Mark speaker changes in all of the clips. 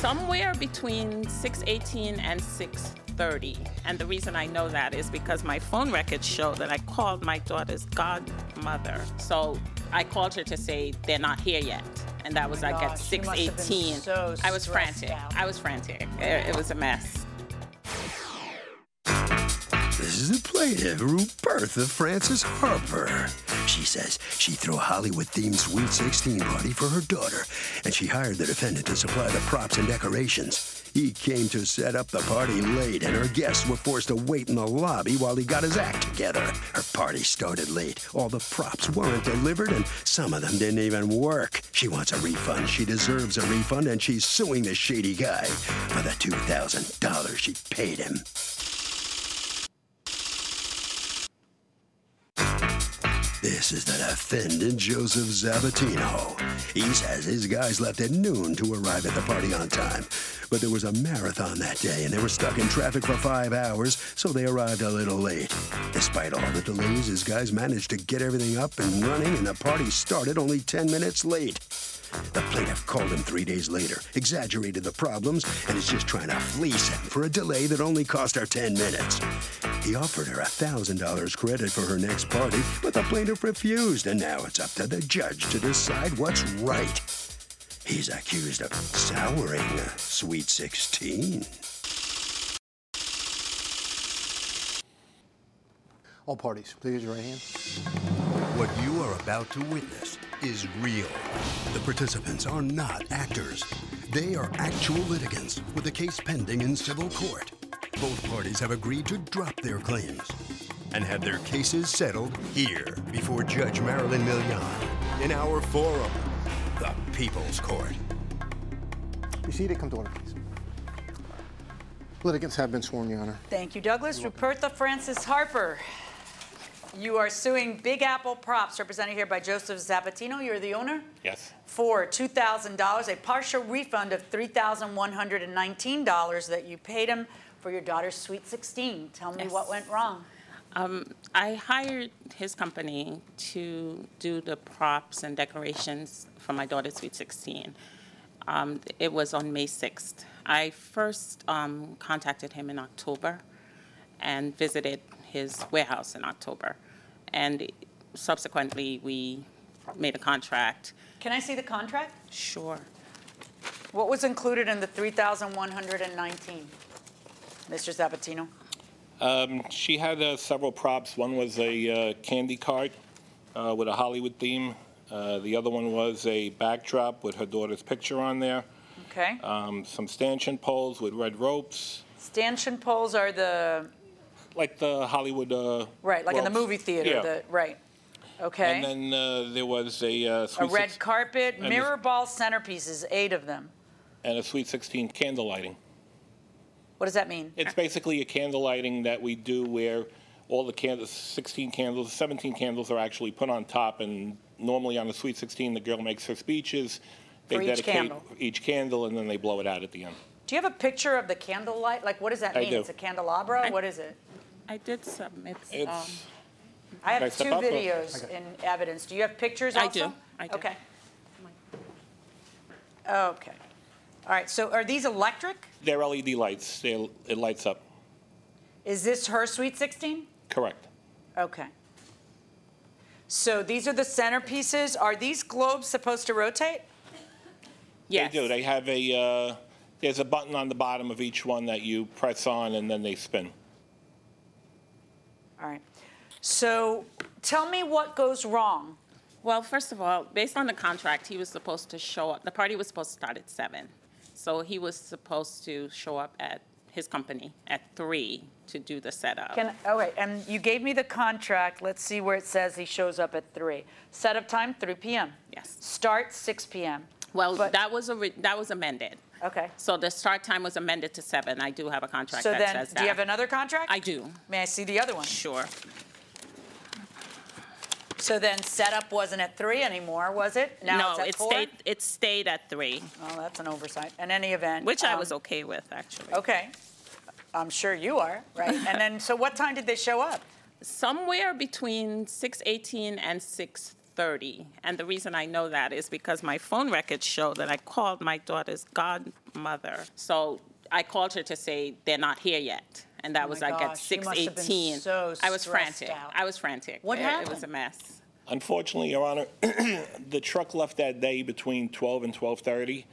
Speaker 1: somewhere between 6:18 and 6:30. And the reason I know that is because my phone records show that I called my daughter's godmother. So I called her to say they're not here yet. And that was like at
Speaker 2: Oh gosh, you must have been
Speaker 1: 6:18.
Speaker 2: so
Speaker 1: I was
Speaker 2: stressed
Speaker 1: frantic.
Speaker 2: out.
Speaker 1: I was frantic. It, it was a mess.
Speaker 3: This is the playwright birth of Frances Harper. She says she threw a Hollywood-themed Sweet 16 party for her daughter, and she hired the defendant to supply the props and decorations. He came to set up the party late, and her guests were forced to wait in the lobby while he got his act together. Her party started late, all the props weren't delivered, and some of them didn't even work. She wants a refund, she deserves a refund, and she's suing the shady guy for the $2,000 she paid him. This is the defendant Joseph Zabatino. He says his guys left at noon to arrive at the party on time. But there was a marathon that day and they were stuck in traffic for five hours, so they arrived a little late. Despite all the delays, his guys managed to get everything up and running and the party started only 10 minutes late. The plaintiff called him three days later, exaggerated the problems, and is just trying to fleece him for a delay that only cost her 10 minutes. He offered her $1,000 credit for her next party, but the plaintiff refused, and now it's up to the judge to decide what's right. He's accused of souring uh, Sweet 16.
Speaker 4: All parties, please raise your right hand.
Speaker 3: What you are about to witness is real. The participants are not actors. They are actual litigants with a case pending in civil court. Both parties have agreed to drop their claims and have their cases settled here before Judge Marilyn Millian in our forum, the People's Court.
Speaker 4: Be seated, come to order, please. Litigants have been sworn, Your Honor.
Speaker 2: Thank you, Douglas. Ruperta Francis Harper. You are suing Big Apple Props, represented here by Joseph Zapatino. You're the owner?
Speaker 5: Yes.
Speaker 2: For $2,000, a partial refund of $3,119 that you paid him for your daughter's Sweet 16. Tell me what
Speaker 1: Yes.
Speaker 2: went wrong.
Speaker 1: Um, I hired his company to do the props and decorations for my daughter's Sweet 16. Um, it was on May 6th. I first um, contacted him in October and visited his warehouse in October. And subsequently, we made a contract.
Speaker 2: Can I see the contract?
Speaker 1: Sure.
Speaker 2: What was included in the 3,119? Mr. Zapatino?
Speaker 5: Um, she had uh, several props. One was a uh, candy cart uh, with a Hollywood theme. Uh, the other one was a backdrop with her daughter's picture on there.
Speaker 2: Okay.
Speaker 5: Um, some stanchion poles with red ropes,
Speaker 2: Stanchion poles are the
Speaker 5: like the Hollywood. Uh,
Speaker 2: Right, like in the
Speaker 5: ropes.
Speaker 2: movie theater.
Speaker 5: Yeah.
Speaker 2: The, right. Okay.
Speaker 5: and then uh, there was a uh,
Speaker 2: a
Speaker 5: sweet
Speaker 2: red
Speaker 5: six-
Speaker 2: carpet,
Speaker 5: the-
Speaker 2: mirror ball centerpieces, eight of them.
Speaker 5: and a sweet 16 candle lighting.
Speaker 2: What does that mean?
Speaker 5: It's basically a candle lighting that we do where all the candles, 16 candles, 17 candles are actually put on top, and normally on the Sweet 16, the girl makes her speeches. They
Speaker 2: For each
Speaker 5: dedicate
Speaker 2: candle.
Speaker 5: each candle, and then they blow it out at the end.
Speaker 2: Do you have a picture of the candlelight? Like, what does that
Speaker 5: I
Speaker 2: mean?
Speaker 5: do.
Speaker 2: It's a candelabra? what is it?
Speaker 1: I did submit.
Speaker 5: It's
Speaker 1: um,
Speaker 2: I have
Speaker 5: Can I step
Speaker 2: two
Speaker 5: up or-
Speaker 2: videos in evidence. Do you have pictures
Speaker 1: I
Speaker 2: also?
Speaker 1: do. I do.
Speaker 2: Okay. Okay. All right. So, are these electric?
Speaker 5: they're LED lights. They, it lights up.
Speaker 2: Is this her sweet 16?
Speaker 5: Correct.
Speaker 2: Okay. So, these are the centerpieces. Are these globes supposed to rotate?
Speaker 1: Yes.
Speaker 5: They do. They have a, uh, there's a button on the bottom of each one that you press on and then they spin.
Speaker 2: All right. So tell me what goes wrong.
Speaker 1: Well, first of all, based on the contract, he was supposed to show up, the party was supposed to start at seven. So he was supposed to show up at his company at three to do the setup.
Speaker 2: Can, all right, and you gave me the contract. Let's see where it says he shows up at 3. Setup time, 3 p.m.
Speaker 1: Yes.
Speaker 2: Start, 6 p.m.
Speaker 1: Well,
Speaker 2: But-
Speaker 1: that was, ori- that was amended.
Speaker 2: Okay.
Speaker 1: So the start time was amended to seven. I do have a contract
Speaker 2: So
Speaker 1: that
Speaker 2: then,
Speaker 1: says that.
Speaker 2: do you have another contract?
Speaker 1: I do,
Speaker 2: May I see the other one?
Speaker 1: sure.
Speaker 2: So then setup wasn't at 3 anymore, was it? Now it's
Speaker 1: No,
Speaker 2: at
Speaker 1: it
Speaker 2: 4?
Speaker 1: stayed, it stayed at three,
Speaker 2: Well, that's an oversight. In any event.
Speaker 1: which I
Speaker 2: um,
Speaker 1: was okay with, actually.
Speaker 2: Okay. I'm sure you are, right? and then, so what time did they show up?
Speaker 1: somewhere between 6:18 and 6:30. And the reason I know that is because my phone records show that I called my daughter's godmother. So I called her to say they're not here yet. And that
Speaker 2: Oh
Speaker 1: was
Speaker 2: my
Speaker 1: like at
Speaker 2: gosh, you must have been
Speaker 1: 6:18.
Speaker 2: so
Speaker 1: I was
Speaker 2: stressed
Speaker 1: frantic.
Speaker 2: out.
Speaker 1: I was frantic.
Speaker 2: What
Speaker 1: It- It was
Speaker 2: happened?
Speaker 1: a mess.
Speaker 5: Unfortunately, Your Honor, the truck left that day between 12 and 12:30,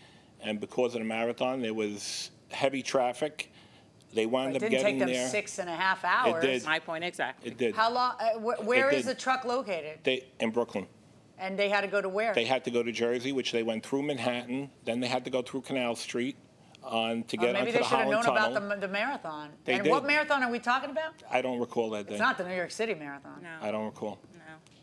Speaker 5: and because of the marathon, there was heavy traffic. They wound
Speaker 2: It
Speaker 5: up
Speaker 2: didn't take
Speaker 5: getting
Speaker 2: them
Speaker 5: there.
Speaker 2: six and a half hours.
Speaker 5: did.
Speaker 1: My point exactly.
Speaker 5: It did.
Speaker 2: How long, uh, wh- where is
Speaker 5: did.
Speaker 2: the truck located?
Speaker 5: They, in Brooklyn.
Speaker 2: And they had to go to where?
Speaker 5: They had to go to Jersey, which they went through Manhattan, then they had to go through Canal Street on, to
Speaker 2: Or
Speaker 5: get
Speaker 2: maybe
Speaker 5: onto the
Speaker 2: they should have
Speaker 5: Holland
Speaker 2: known about
Speaker 5: Tunnel.
Speaker 2: the, the marathon.
Speaker 5: They
Speaker 2: and
Speaker 5: did.
Speaker 2: what marathon are we talking about?
Speaker 5: I don't recall that day.
Speaker 2: It's not Mm-hmm. the New York City Marathon.
Speaker 5: I don't recall.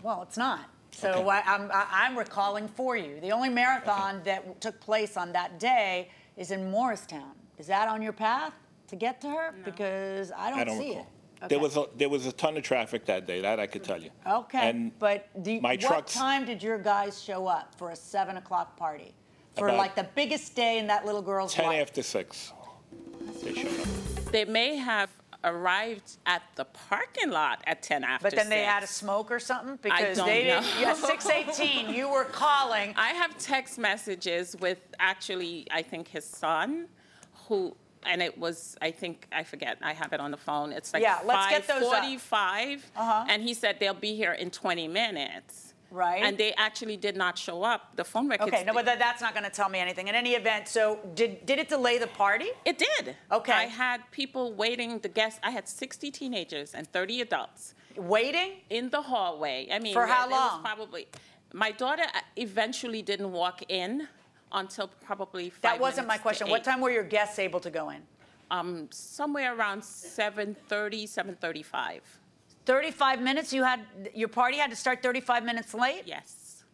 Speaker 2: Well, it's not. So
Speaker 5: Okay.
Speaker 2: I, I'm, I- I'm recalling for you. The only marathon that took place on that day is in Morristown. Is that on your path to get to her? Because I don't,
Speaker 5: I don't
Speaker 2: see
Speaker 5: recall.
Speaker 2: it.
Speaker 5: There was, a- there was a ton of traffic that day, that I could tell you.
Speaker 2: Okay,
Speaker 5: And
Speaker 2: but do,
Speaker 5: my
Speaker 2: what
Speaker 5: trucks-
Speaker 2: time did your guys show up for a seven o'clock party? For
Speaker 5: About-
Speaker 2: like the biggest day in that little girl's
Speaker 5: 10
Speaker 2: life.
Speaker 5: after 6, they showed up.
Speaker 1: They may have arrived at the parking lot at 10 after
Speaker 2: But then they had a
Speaker 1: six.
Speaker 2: smoke or something because
Speaker 1: don't
Speaker 2: they
Speaker 1: know.
Speaker 2: didn't. Yeah, 618. you were calling.
Speaker 1: I have text messages with actually, I think his son, who, and it was, I think, I forget, I have it on the phone. It's like
Speaker 2: Yeah, let's get those up. Uh-huh.
Speaker 1: 5:45, and he said they'll be here in 20 minutes.
Speaker 2: Right.
Speaker 1: And they actually did not show up. The phone records.
Speaker 2: Okay, no, but that- that's not going to tell me anything. In any event, so did did it delay the party?
Speaker 1: It did.
Speaker 2: Okay.
Speaker 1: I had people waiting. The guests. I had 60 teenagers and 30 adults.
Speaker 2: Waiting?
Speaker 1: in the hallway. I mean,
Speaker 2: For how
Speaker 1: it was
Speaker 2: long?
Speaker 1: probably my daughter uh, eventually didn't walk in until probably five
Speaker 2: That wasn't my
Speaker 1: minutes to
Speaker 2: question. What
Speaker 1: eight.
Speaker 2: time were your guests able to go in?
Speaker 1: Um, somewhere around 7:30, 7:35.
Speaker 2: 35 minutes. You had your party had to start 35 minutes late.
Speaker 1: Yes.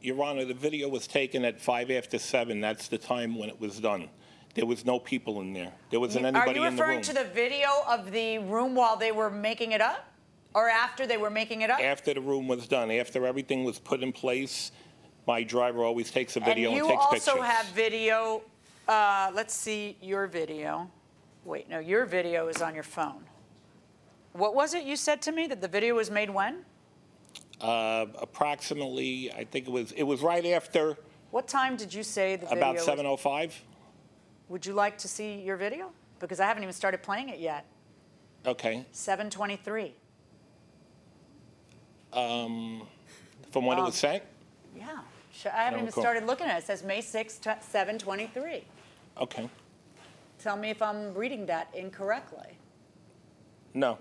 Speaker 5: Your Honor, the video was taken at five after seven. That's the time when it was done. There was no people in there. There wasn't
Speaker 2: Are
Speaker 5: anybody
Speaker 2: you
Speaker 5: in the
Speaker 2: referring
Speaker 5: room.
Speaker 2: to the video of the room while they were making it up, or after they were making it up?
Speaker 5: After the room was done, after everything was put in place, my driver always takes a video and,
Speaker 2: you
Speaker 5: takes
Speaker 2: also
Speaker 5: pictures.
Speaker 2: have video. Uh, let's see your video. Wait, no, your video is on your phone. What was it you said to me that the video was made when?
Speaker 5: Uh, Approximately, I think it was, it was right after
Speaker 2: What time did you say the video?
Speaker 5: about
Speaker 2: was-
Speaker 5: 7.05.
Speaker 2: Would you like to see your video? Because I haven't even started playing it yet.
Speaker 5: Okay,
Speaker 2: 7:23.
Speaker 5: Um, from when it was sent?
Speaker 2: Yeah, Sh- I
Speaker 5: No,
Speaker 2: haven't even
Speaker 5: Oh, cool.
Speaker 2: started looking at it. It says May 6, 7:23.
Speaker 5: Okay,
Speaker 2: Tell me if I'm reading that incorrectly.
Speaker 5: no.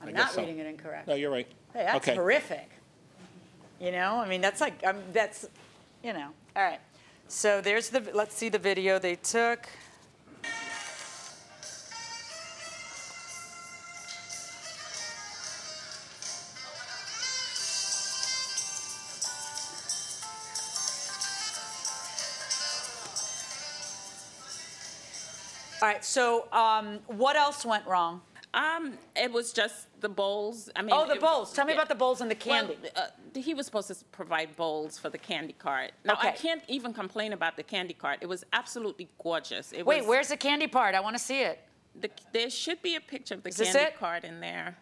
Speaker 5: I
Speaker 2: I'm
Speaker 5: guess
Speaker 2: not
Speaker 5: so.
Speaker 2: reading it incorrectly.
Speaker 5: No, you're right.
Speaker 2: Hey, that's
Speaker 5: okay.
Speaker 2: horrific. You know, I mean, that's like, um, that's, you know, all right. So there's the, let's see the video they took. All right, so um, what else went wrong?
Speaker 1: Um, it was just the bowls. I mean.
Speaker 2: Oh, the
Speaker 1: it-
Speaker 2: bowls. Tell me
Speaker 1: yeah.
Speaker 2: about the bowls and the candy.
Speaker 1: Well, uh, he was supposed to s- provide bowls for the candy cart. Now I
Speaker 2: Okay.
Speaker 1: can't even complain about the candy cart. It was absolutely gorgeous. It
Speaker 2: Wait,
Speaker 1: was,
Speaker 2: where's the candy part? I want to see it.
Speaker 1: The, there should be a picture of the
Speaker 2: Is this
Speaker 1: candy
Speaker 2: it?
Speaker 1: card in there.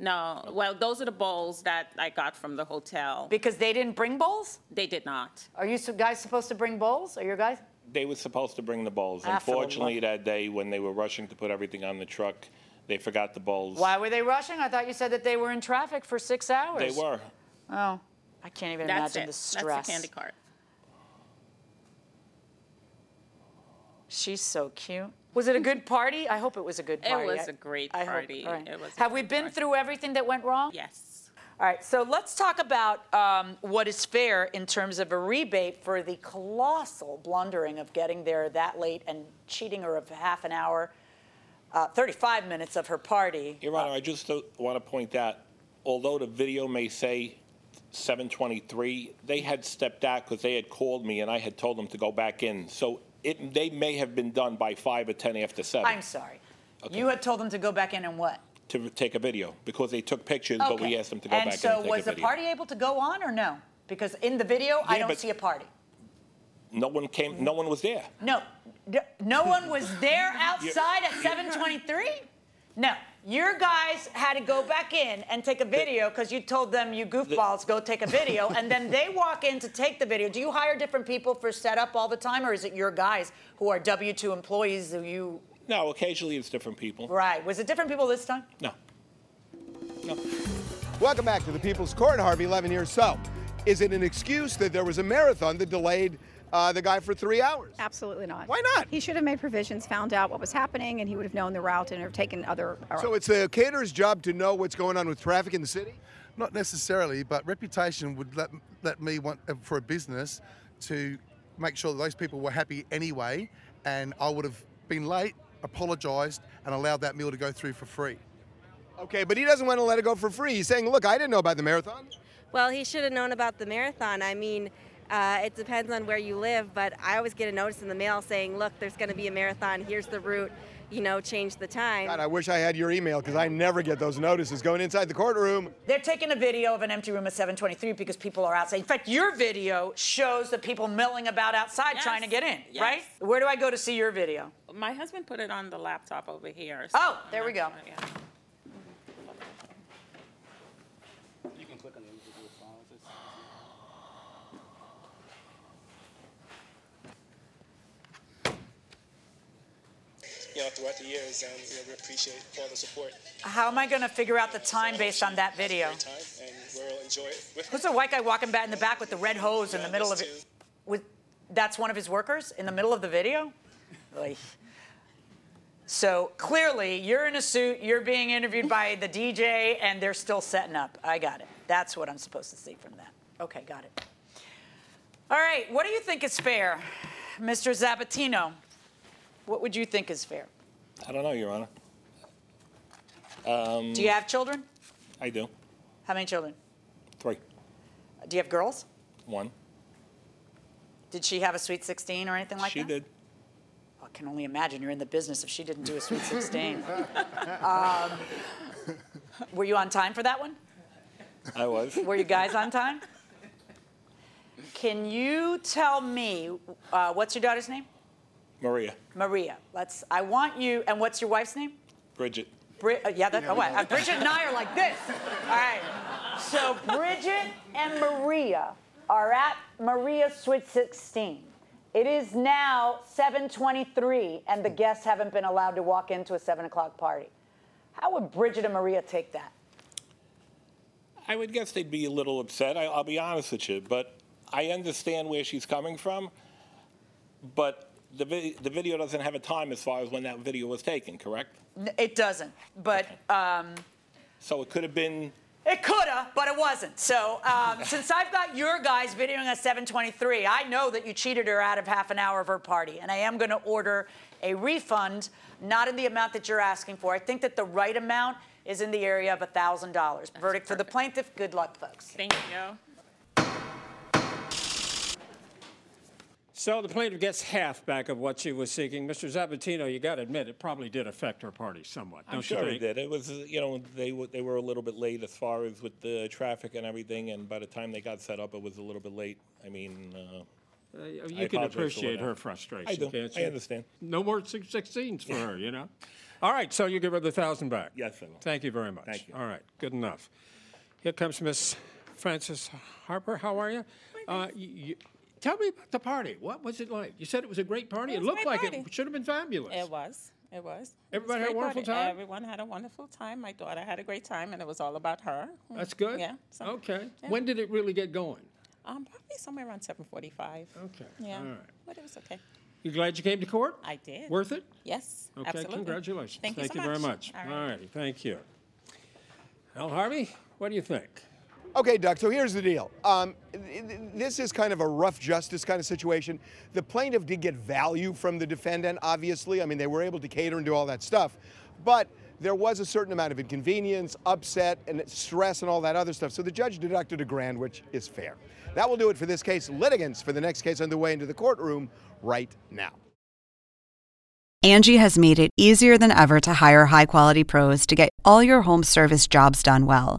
Speaker 1: No, well, those are the bowls that I got from the hotel.
Speaker 2: Because they didn't bring bowls?
Speaker 1: They did not.
Speaker 2: Are you su- guys supposed to bring bowls? Are your guys?
Speaker 5: They were supposed to bring the bowls.
Speaker 2: Ah, for the
Speaker 5: Unfortunately,
Speaker 2: love-
Speaker 5: that day, when they were rushing to put everything on the truck, they forgot the bowls.
Speaker 2: Why were they rushing? I thought you said that they were in traffic for six hours.
Speaker 5: They were.
Speaker 2: Oh, I can't even
Speaker 1: That's
Speaker 2: imagine
Speaker 1: it.
Speaker 2: the
Speaker 1: That's
Speaker 2: stress.
Speaker 1: the candy cart.
Speaker 2: She's so cute. Was it a good party? I hope it was a good
Speaker 1: It
Speaker 2: party.
Speaker 1: was
Speaker 2: I-
Speaker 1: a great
Speaker 2: I hope-
Speaker 1: party.
Speaker 2: all right.
Speaker 1: It was a
Speaker 2: Have we
Speaker 1: great
Speaker 2: been
Speaker 1: party.
Speaker 2: through everything that went wrong?
Speaker 1: Yes.
Speaker 2: All right, so let's talk about um, what is fair in terms of a rebate for the colossal blundering of getting there that late and cheating her of half an hour, uh, 35 minutes of her party.
Speaker 5: Your Honor, I just want to point out, although the video may say 723, they had stepped out because they had called me and I had told them to go back in. So it, they may have been done by 5 or 10 after 7
Speaker 2: I'm sorry. You had told them to go back in and what?
Speaker 5: to take a video because they took pictures, but we
Speaker 2: Okay.
Speaker 5: asked them to go
Speaker 2: and
Speaker 5: back
Speaker 2: so
Speaker 5: in and take
Speaker 2: was
Speaker 5: a
Speaker 2: the
Speaker 5: video.
Speaker 2: party able to go on or no? Because in the video, I
Speaker 5: Yeah,
Speaker 2: don't
Speaker 5: but-
Speaker 2: see a party.
Speaker 5: No one came, no one was there.
Speaker 2: No, d- no one was there outside at 7:23. No, your guys had to go back in and take a video because you told them you goofballs go take a video, and then they walk in to take the video. Do you hire different people for setup all the time, or is it your guys who are W-2 employees who you?
Speaker 5: No, occasionally it's different people.
Speaker 2: Right, was it different people this time?
Speaker 5: No.
Speaker 6: Welcome back to the People's Court, Harvey Levin here. So, is it an excuse that there was a marathon that delayed uh, the guy for three hours?
Speaker 7: Absolutely not.
Speaker 6: Why not?
Speaker 7: He should have made provisions, found out what was happening, and he would have known the route and have taken other.
Speaker 6: So it's the caterer's job to know what's going on with traffic in the city.
Speaker 4: Not necessarily, but reputation would let, let me want uh, for a business to make sure that those people were happy anyway, and I would have been late, apologised, and allowed that meal to go through for free.
Speaker 6: Okay, but he doesn't want to let it go for free. He's saying, "Look, I didn't know about the marathon."
Speaker 8: Well, he should have known about the marathon. I mean, uh, it depends on where you live, but I always get a notice in the mail saying, look, there's going to be a marathon. Here's the route. You know, change the time.
Speaker 6: God, I wish I had your email because I never get those notices going inside the courtroom.
Speaker 2: They're taking a video of an empty room at 7:23 because people are outside. In fact, your video shows the people milling about outside
Speaker 1: Yes,
Speaker 2: trying to get in,
Speaker 1: yes.
Speaker 2: right? Where do I go to see your video?
Speaker 1: My husband put it on the laptop over here.
Speaker 2: Oh, there we go.
Speaker 1: Yeah.
Speaker 9: you know, throughout the years, and you know, we appreciate all the support.
Speaker 2: How am I going to figure out the time based on that video?
Speaker 9: Great time, and we'll enjoy it.
Speaker 2: Who's the white guy walking back in the back with the red hose in the middle of it? With, that's one of his workers in the middle of the video? Oy. So clearly, you're in a suit, you're being interviewed by the DJ, and they're still setting up. I got it. That's what I'm supposed to see from that. Okay, got it. All right, what do you think is fair, Mr. Zabatino? What would you think is fair?
Speaker 5: I don't know, Your Honor. Um,
Speaker 2: Do
Speaker 5: Mm.
Speaker 2: you have children?
Speaker 5: I do.
Speaker 2: How many children?
Speaker 5: Three.
Speaker 2: Do you have girls?
Speaker 5: One.
Speaker 2: Did she have a sweet 16 or anything like
Speaker 5: she
Speaker 2: that?
Speaker 5: did.
Speaker 2: I can only imagine you're in the business if she didn't do a sweet 16. um, were you on time for that one?
Speaker 5: I was.
Speaker 2: Were you guys on time? Can you tell me uh, what's your daughter's name?
Speaker 5: Maria.
Speaker 2: Maria. Let's. I want you. And what's your wife's name?
Speaker 5: Bridget.
Speaker 2: Brid- uh, yeah, that's oh, what? Uh, Bridget and I are like this. All right. So Bridget and Maria are at Maria's Switch 16. It is now 7:23, and the guests haven't been allowed to walk into a seven o'clock party. How would Bridget and Maria take that?
Speaker 5: I would guess they'd be a little upset. I, I'll be honest with you, but I understand where she's coming from. But the vi- the video doesn't have a time as far as when that video was taken, correct?
Speaker 2: N- It doesn't. But um,
Speaker 5: So it could have been.
Speaker 2: It coulda, but it wasn't. So um, since I've got your guys videoing at 7:23, I know that you cheated her out of half an hour of her party, and I am going to order a refund, not in the amount that you're asking for. I think that the right amount is in the area of $1,000. Verdict for the
Speaker 1: perfect.
Speaker 2: plaintiff. Good luck, folks.
Speaker 1: Thank you.
Speaker 9: So the plaintiff gets half back of what she was seeking. Mr. Zabatino, you got to admit, it probably did affect her party somewhat,
Speaker 5: I'm sure it did. It was, you know, they were, they were a little bit late as far as with the traffic and everything, and by the time they got set up, it was a little bit late. I mean, uh, I
Speaker 9: Oh, You can
Speaker 5: apologize for what
Speaker 9: appreciate
Speaker 5: happened.
Speaker 9: her
Speaker 5: I
Speaker 9: frustration,
Speaker 5: do.
Speaker 9: can't
Speaker 5: I
Speaker 9: you?
Speaker 5: understand.
Speaker 9: No more six sixteens for her, you know? All right, so you give her the thousand back?
Speaker 5: Yes, I will.
Speaker 9: Thank you very much.
Speaker 5: Thank you.
Speaker 9: All right, good enough. Here comes Miss Frances Harper. How are you? Uh, you, you tell me about the party. What was it like? You said it was a great party.
Speaker 1: It
Speaker 9: It,
Speaker 1: was a
Speaker 9: looked like
Speaker 1: great party.
Speaker 9: it should have been fabulous.
Speaker 1: It was. It was. It was
Speaker 9: Everybody had
Speaker 1: great
Speaker 9: a wonderful time?
Speaker 1: Everyone had a wonderful time. My daughter had a great time, and it was all about her.
Speaker 9: That's good.
Speaker 1: Yeah. so,
Speaker 9: okay.
Speaker 1: yeah.
Speaker 9: When did it really get going?
Speaker 1: Um, probably somewhere around 7:45.
Speaker 9: Okay.
Speaker 1: Yeah.
Speaker 9: All right.
Speaker 1: But it was okay.
Speaker 9: You glad you came to court?
Speaker 1: I did.
Speaker 9: Worth it?
Speaker 1: Yes,
Speaker 9: Okay,
Speaker 1: absolutely.
Speaker 9: congratulations.
Speaker 1: Thank you so
Speaker 9: very much.
Speaker 1: much. All right.
Speaker 9: All righty, thank you. Al Harvey, what do you think?
Speaker 6: Okay, Doug, so here's the deal. Um, th- th- this is kind of a rough justice kind of situation. The plaintiff did get value from the defendant, obviously. I mean, they were able to cater and do all that stuff. But there was a certain amount of inconvenience, upset, and stress, and all that other stuff. So the judge deducted a grand, which is fair. That will do it for this case. Litigants for the next case on the way into the courtroom right now.
Speaker 10: Angie has made it easier than ever to hire high quality pros to get all your home service jobs done well.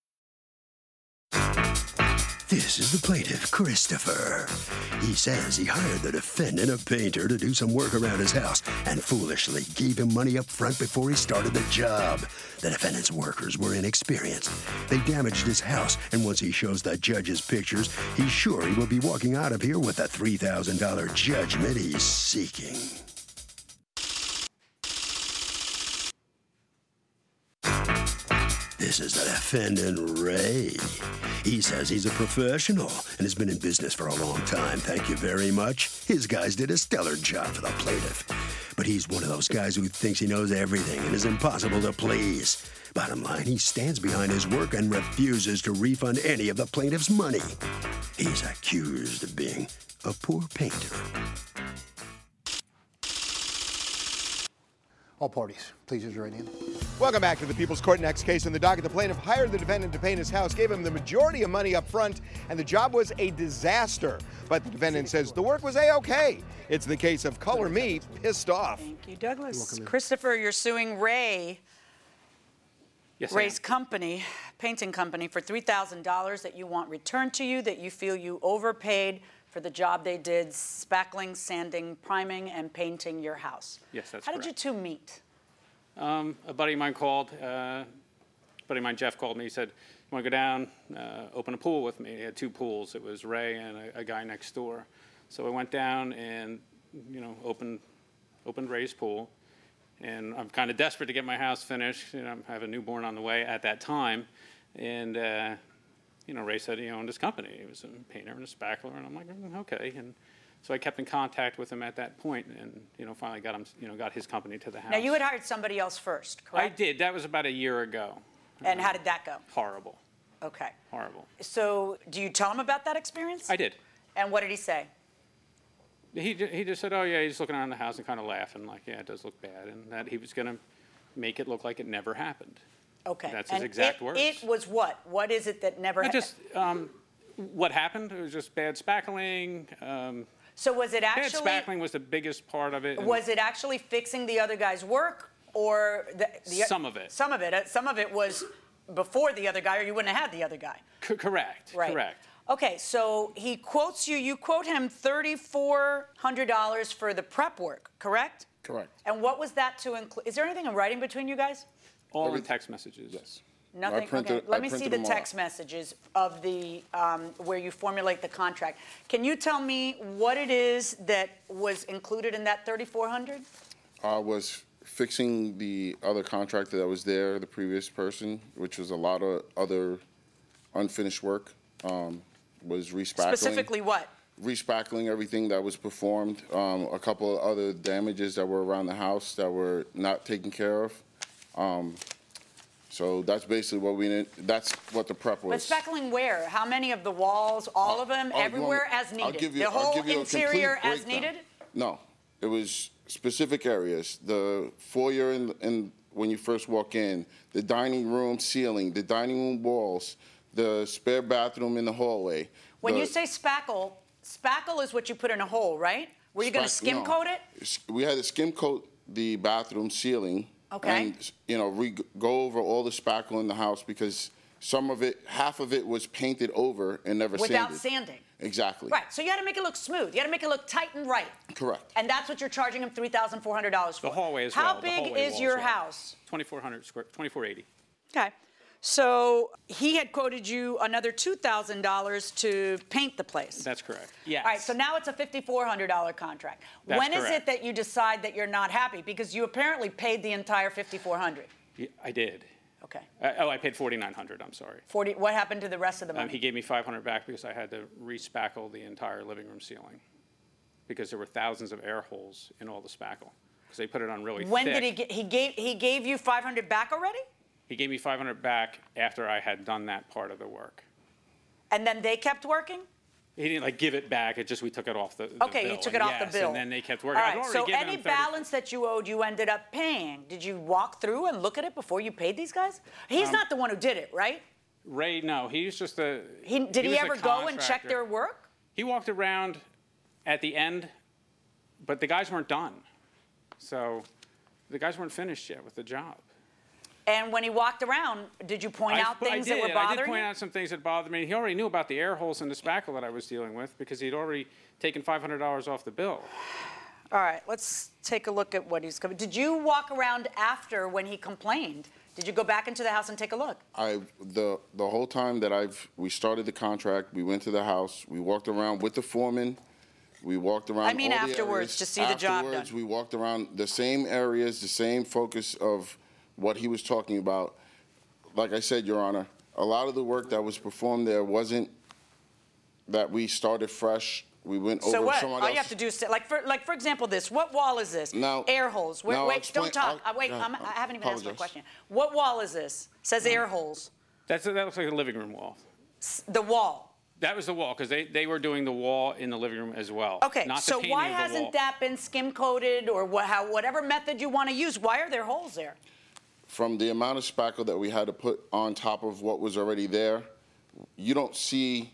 Speaker 3: This is the plaintiff, Christopher. He says he hired the defendant, a painter, to do some work around his house and foolishly gave him money up front before he started the job. The defendant's workers were inexperienced. They damaged his house, and once he shows the judge his pictures, he's sure he will be walking out of here with the $3,000 judgment he's seeking. This is the defendant, Ray. He says he's a professional and has been in business for a long time. Thank you very much. His guys did a stellar job for the plaintiff. But he's one of those guys who thinks he knows everything and is impossible to please. Bottom line, he stands behind his work and refuses to refund any of the plaintiff's money. He's accused of being a poor painter.
Speaker 11: All parties, please use your right hand.
Speaker 6: Welcome back to the People's Court. Next case on the docket. The plaintiff hired the defendant to paint his house, gave him the majority of money up front, and the job was a disaster. But the defendant says the work was a okay. It's the case of Color Me Pissed Off.
Speaker 2: Thank you, Douglas. Christopher, you're suing Ray,
Speaker 12: Yes, I
Speaker 2: Ray's
Speaker 12: am.
Speaker 2: company, painting company, for $3,000 that you want returned to you that you feel you overpaid for the job they did spackling, sanding, priming, and painting your house.
Speaker 13: Yes, that's
Speaker 2: How did you
Speaker 13: correct.
Speaker 2: two meet?
Speaker 13: Um, a buddy of mine called, uh, a buddy of mine, Jeff, called me. He said, You want to go down, uh, open a pool with me? He had two pools. It was Ray and a, a guy next door. So I went down and, you know, opened, opened Ray's pool. And I'm kind of desperate to get my house finished. You know, I have a newborn on the way at that time. And, uh, you know, Ray said he owned his company. He was a painter and a spackler. And I'm like, "Mm, okay. And so I kept in contact with him at that point and, you know, finally got him, you know, got his company to the house.
Speaker 2: Now, you had hired somebody else first,
Speaker 13: I
Speaker 2: correct?
Speaker 13: did. That was about a year ago.
Speaker 2: And how did that go?
Speaker 13: Horrible,
Speaker 2: Okay.
Speaker 13: horrible.
Speaker 2: So, do you tell him about that experience?
Speaker 13: I did.
Speaker 2: And what did he say?
Speaker 13: He, ju- he just said, oh yeah, he's looking around the house and kind of laughing like, yeah, it does look bad, and that he was gonna make it look like it never happened.
Speaker 2: Okay.
Speaker 13: That's his
Speaker 2: And
Speaker 13: exact
Speaker 2: it-
Speaker 13: words.
Speaker 2: It was what? What is it that never
Speaker 13: Not
Speaker 2: happened?
Speaker 13: just um, what happened. It was just bad spackling. Um,
Speaker 2: so was it actually
Speaker 13: bad spackling was the biggest part of it. and
Speaker 2: was it actually fixing the other guy's work or the, the
Speaker 13: Some of it.
Speaker 2: Some of it. uh, Some of it was before the other guy, or you wouldn't have had the other guy.
Speaker 13: c- correct.
Speaker 2: Right.
Speaker 13: Correct.
Speaker 2: Okay, so he quotes you. You quote him thirty-four hundred dollars for the prep work, correct?
Speaker 14: Correct.
Speaker 2: And what was that to include? Is there anything in writing between you guys?
Speaker 13: All in text messages. Yes.
Speaker 2: Nothing. okay. Let me see the text messages of the um, where you formulate the contract. Can you tell me what it is that was included in that thirty-four hundred?
Speaker 14: I was fixing the other contractor that was there, the previous person, which was a lot of other unfinished work. Um, was respackling.
Speaker 2: Specifically, what?
Speaker 14: Respackling everything that was performed. Um, a couple of other damages that were around the house that were not taken care of. Um, so that's basically what we did. That's what the prep
Speaker 2: But
Speaker 14: was.
Speaker 2: spackling where? How many of the walls? All of them?
Speaker 14: Oh, you want me-
Speaker 2: everywhere as
Speaker 14: I'll
Speaker 2: needed?
Speaker 14: give you-
Speaker 2: the
Speaker 14: I'll
Speaker 2: whole
Speaker 14: give you a complete
Speaker 2: interior as
Speaker 14: breakdown.
Speaker 2: needed?
Speaker 14: No, it was specific areas. The foyer and, and when you first walk in, the dining room ceiling, the dining room walls, the spare bathroom in the hallway.
Speaker 2: When
Speaker 14: the-
Speaker 2: you say spackle, spackle is what you put in a hole, right? Were you going to
Speaker 14: Spack-
Speaker 2: skim
Speaker 14: no.
Speaker 2: coat it?
Speaker 14: S- We had to skim coat the bathroom ceiling.
Speaker 2: Okay.
Speaker 14: And, you know, re- go over all the spackle in the house because some of it, half of it was painted over and never
Speaker 2: Without
Speaker 14: sanded.
Speaker 2: sanding.
Speaker 14: Exactly.
Speaker 2: Right. So you had to make it look smooth. You had to make it look tight and right.
Speaker 14: Correct.
Speaker 2: And that's what you're charging him three thousand four hundred dollars for.
Speaker 13: The hallway as
Speaker 2: How
Speaker 13: well. the
Speaker 2: big
Speaker 13: hallway
Speaker 2: is
Speaker 13: wall
Speaker 2: your
Speaker 13: as well.
Speaker 2: house?
Speaker 13: 2,400 square, 2,480.
Speaker 2: Okay. So he had quoted you another two thousand dollars to paint the place.
Speaker 13: That's correct.
Speaker 2: All right, so now it's a fifty-four hundred dollar contract.
Speaker 13: That's
Speaker 2: when is it
Speaker 13: correct.
Speaker 2: that you decide that you're not happy? Because you apparently paid the entire fifty-four hundred.
Speaker 13: Yeah, I did.
Speaker 2: Okay.
Speaker 13: Uh, oh, I paid 4,900. I'm sorry.
Speaker 2: Forty. What happened to the rest of the money?
Speaker 13: Um, he gave me 500 back because I had to re-spackle the entire living room ceiling because there were thousands of air holes in all the spackle because they put it on really
Speaker 2: when
Speaker 13: thick.
Speaker 2: did he get? He gave. He gave you five hundred back already,
Speaker 13: He gave me 500 back after I had done that part of the work.
Speaker 2: and then they kept working.
Speaker 13: He didn't like give it back. It just we took it off the. the
Speaker 2: okay,
Speaker 13: bill.
Speaker 2: you took it off
Speaker 13: Yes,
Speaker 2: the bill.
Speaker 13: And then they kept working.
Speaker 2: All
Speaker 13: I'd
Speaker 2: right.
Speaker 13: already
Speaker 2: So
Speaker 13: given
Speaker 2: any
Speaker 13: him 30
Speaker 2: balance that you owed, you ended up paying. Did you walk through and look at it before you paid these guys? He's
Speaker 13: Um,
Speaker 2: not the one who did it, right?
Speaker 13: Ray, no, he's just a.
Speaker 2: He did he,
Speaker 13: was a
Speaker 2: ever go and check
Speaker 13: contractor.
Speaker 2: their work?
Speaker 13: He walked around at the end, but the guys weren't done. So the guys weren't finished yet with the job.
Speaker 2: And when he walked around, did you point
Speaker 13: I-
Speaker 2: out
Speaker 13: but I
Speaker 2: things that were
Speaker 13: did.
Speaker 2: bothering
Speaker 13: I did point
Speaker 2: you?
Speaker 13: out some things that bothered me. He already knew about the air holes in the spackle that I was dealing with because he'd already taken $500 off the bill.
Speaker 2: All right, let's take a look at what he's coming. Did you walk around after when he complained? Did you go back into the house and take a look?
Speaker 14: I the the whole time that I've we started the contract, we went to the house, we walked around with the foreman, we walked around.
Speaker 2: I mean
Speaker 14: all the
Speaker 2: afterwards,
Speaker 14: areas.
Speaker 2: to see the job
Speaker 14: Afterwards,
Speaker 2: done.
Speaker 14: we walked around the same areas, the same focus of what he was talking about. Like I said, Your Honor, a lot of the work that was performed there wasn't that we started fresh. We went
Speaker 2: so
Speaker 14: over
Speaker 2: what?
Speaker 14: someone
Speaker 2: All
Speaker 14: else's.
Speaker 2: you have to do is sit, like for like for example, this. What wall is this?
Speaker 14: Now-
Speaker 2: air holes. Wait,
Speaker 14: now I'll
Speaker 2: wait
Speaker 14: explain-
Speaker 2: don't talk.
Speaker 14: I'll-
Speaker 2: Uh, wait,
Speaker 14: go
Speaker 2: I'm,
Speaker 14: ahead.
Speaker 2: I haven't even asked my
Speaker 14: Apologize.
Speaker 2: question. What wall is this? Says air holes.
Speaker 13: That's, that looks like a living room wall.
Speaker 2: S- The wall.
Speaker 13: That was the wall because they, they were doing the wall in the living room as well.
Speaker 2: Okay.
Speaker 13: not the
Speaker 2: so
Speaker 13: painting
Speaker 2: why
Speaker 13: of the
Speaker 2: hasn't
Speaker 13: wall.
Speaker 2: that been skim coated or what, how, whatever method you want to use? Why are there holes there?
Speaker 14: from the amount of spackle that we had to put on top of what was already there, you don't see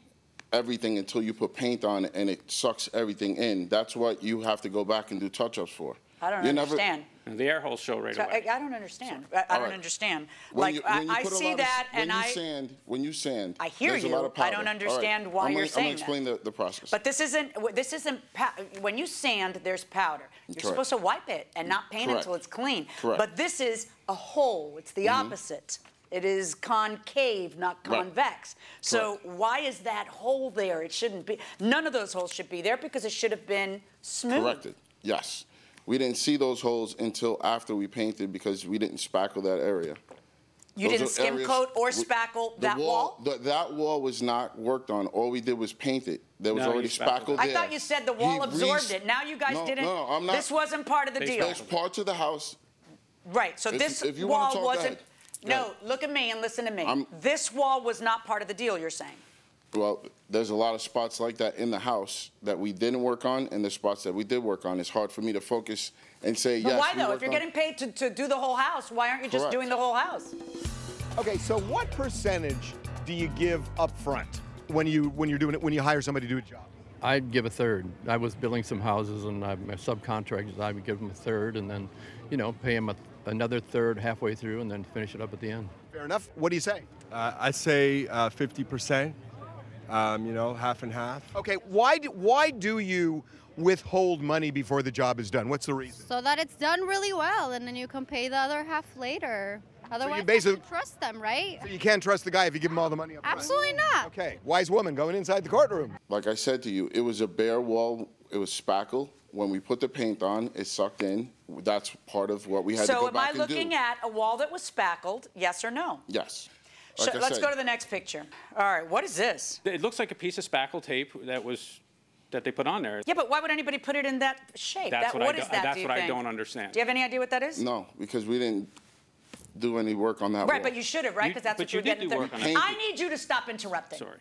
Speaker 14: everything until you put paint on it and it sucks everything in. That's what you have to go back and do touch ups for.
Speaker 2: I don't
Speaker 14: You never-
Speaker 2: understand.
Speaker 13: The air holes show right
Speaker 2: So
Speaker 13: away.
Speaker 2: I, I don't understand. I, I
Speaker 14: All
Speaker 2: don't
Speaker 14: right.
Speaker 2: understand.
Speaker 14: When
Speaker 2: like
Speaker 14: you-
Speaker 2: I,
Speaker 14: when you
Speaker 2: I
Speaker 14: put a
Speaker 2: see
Speaker 14: lot of-
Speaker 2: that, and
Speaker 14: when you
Speaker 2: I.
Speaker 14: sand, when you sand,
Speaker 2: I hear
Speaker 14: there's a
Speaker 2: you.
Speaker 14: lot of
Speaker 2: I
Speaker 14: powder.
Speaker 2: don't
Speaker 14: All right,
Speaker 2: understand why
Speaker 14: I'm
Speaker 2: you're
Speaker 14: gonna,
Speaker 2: saying
Speaker 14: I'm
Speaker 2: that.
Speaker 14: gonna explain the, the process.
Speaker 2: But this isn't. w- This isn't. pa- When you sand, there's powder. You're
Speaker 14: Correct.
Speaker 2: supposed to wipe it and not paint
Speaker 14: Correct.
Speaker 2: until it's clean.
Speaker 14: Correct. Mm-hmm.
Speaker 2: But this is a hole. It's the opposite. It is concave, not
Speaker 14: Right.
Speaker 2: convex. So why is that hole there? It shouldn't be. None of those holes should be there because it should have been smooth.
Speaker 14: Corrected. Yes. We didn't see those holes until after we painted because we didn't spackle that area.
Speaker 2: You
Speaker 14: Those
Speaker 2: didn't
Speaker 14: are
Speaker 2: skim
Speaker 14: areas-
Speaker 2: coat or
Speaker 14: we-
Speaker 2: spackle
Speaker 14: the
Speaker 2: that wall.
Speaker 14: th- that wall was not worked on. All we did was paint it. There was
Speaker 13: No, you
Speaker 14: already
Speaker 13: spackled
Speaker 14: spackled
Speaker 13: it.
Speaker 14: there.
Speaker 2: I thought you said the
Speaker 14: He
Speaker 2: wall absorbed
Speaker 14: re-
Speaker 2: it. Now you guys
Speaker 14: No,
Speaker 2: didn't.
Speaker 14: No, I'm not.
Speaker 2: This wasn't part of the deal.
Speaker 14: There's parts of the house.
Speaker 2: Right, so
Speaker 14: If-
Speaker 2: this
Speaker 14: if you wanna
Speaker 2: wall
Speaker 14: talk, go
Speaker 2: wasn't,
Speaker 14: ahead. Go
Speaker 2: no, look at me and listen to me.
Speaker 14: I'm-
Speaker 2: This wall was not part of the deal, you're saying?
Speaker 14: Well, there's a lot of spots like that in the house that we didn't work on, and the spots that we did work on. It's hard for me to focus and say
Speaker 2: But
Speaker 14: yes.
Speaker 2: why
Speaker 14: we
Speaker 2: though? If
Speaker 14: worked
Speaker 2: you're
Speaker 14: on-
Speaker 2: getting paid to, to do the whole house, why aren't you just
Speaker 14: Correct.
Speaker 2: doing the whole house?
Speaker 6: Okay, so what percentage do you give up front when you when you're doing it when you hire somebody to do a job?
Speaker 15: I'd give a third. I was building some houses and I, my subcontractors, I would give them a third and then, you know, pay them a, another third halfway through and then finish it up at the end.
Speaker 6: Fair enough. What do you say?
Speaker 16: Uh, I say uh, 50%, um, you know, half and half.
Speaker 6: Okay, why do, why do you withhold money before the job is done? What's the reason?
Speaker 17: so that it's done really well, and then you can pay the other half later. Otherwise, I
Speaker 6: basic-
Speaker 17: can trust them, right?
Speaker 6: You can't trust the guy if you give him all the money up front.
Speaker 17: Absolutely not.
Speaker 6: Okay, wise woman going inside the courtroom.
Speaker 14: Like I said to you, it was a bare wall. It was spackle. When we put the paint on, it sucked in. That's part of what we had to
Speaker 2: So
Speaker 14: go
Speaker 2: am I
Speaker 14: back and do.
Speaker 2: looking at a wall that was spackled, yes or no?
Speaker 14: Yes.
Speaker 2: So
Speaker 14: Like I
Speaker 2: Let's
Speaker 14: said,
Speaker 2: go to the next picture. All right, what is this?
Speaker 13: It looks like a piece of spackle tape that was that they put on there.
Speaker 2: Yeah, but why would anybody put it in that shape?
Speaker 13: That's
Speaker 2: That-
Speaker 13: what I
Speaker 2: What
Speaker 13: do-
Speaker 2: is that,
Speaker 13: that's
Speaker 2: do you
Speaker 13: what I
Speaker 2: think?
Speaker 13: don't understand.
Speaker 2: Do you have any idea what that is?
Speaker 14: No, because we didn't do any work on that wall.
Speaker 2: Right, but you should have, right? Because that's
Speaker 14: but
Speaker 2: what
Speaker 14: you
Speaker 2: you were getting.
Speaker 14: did do
Speaker 2: through.
Speaker 14: work on it.
Speaker 2: I need you to stop interrupting.
Speaker 13: Sorry.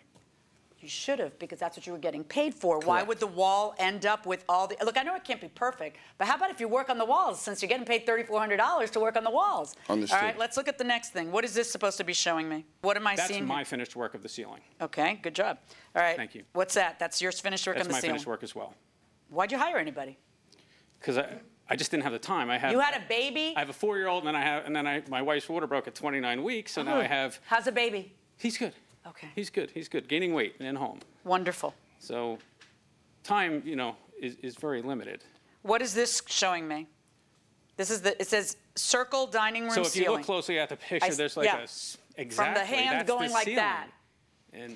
Speaker 2: You should have, because that's what you were getting paid for. Why would the wall end up with all the? Look, I know it can't be perfect, but how about if you work on the walls? Since you're getting paid thirty-four hundred dollars to work on the walls.
Speaker 13: Understood.
Speaker 2: All right, let's look at the next thing. What is this supposed to be showing me? What am I
Speaker 13: That's
Speaker 2: seeing?
Speaker 13: my finished work of the ceiling.
Speaker 2: okay, good job. All right.
Speaker 13: Thank you.
Speaker 2: What's that? That's your finished work
Speaker 13: That's
Speaker 2: on the
Speaker 13: my
Speaker 2: ceiling.
Speaker 13: finished work as well.
Speaker 2: Why'd you hire anybody?
Speaker 13: Because I, I just didn't have the time. I have.
Speaker 2: you had a baby.
Speaker 13: I have a four-year-old, and then I have, and then I, my wife's water broke at 29 weeks, so now I
Speaker 2: Ugh.
Speaker 13: have.
Speaker 2: How's the baby?
Speaker 13: He's good.
Speaker 2: Oh. Okay.
Speaker 13: He's good. He's good. Gaining weight and in home.
Speaker 2: Wonderful.
Speaker 13: So, time, you know, is, is very limited.
Speaker 2: What is this showing me? This is the. It says circle dining room
Speaker 13: so if
Speaker 2: ceiling.
Speaker 13: you look closely at the picture,
Speaker 2: I s-
Speaker 13: there's like
Speaker 2: yeah.
Speaker 13: a s-
Speaker 2: From the
Speaker 13: exactly
Speaker 2: hand
Speaker 13: that's
Speaker 2: going
Speaker 13: the
Speaker 2: like
Speaker 13: ceiling.
Speaker 2: that.
Speaker 13: And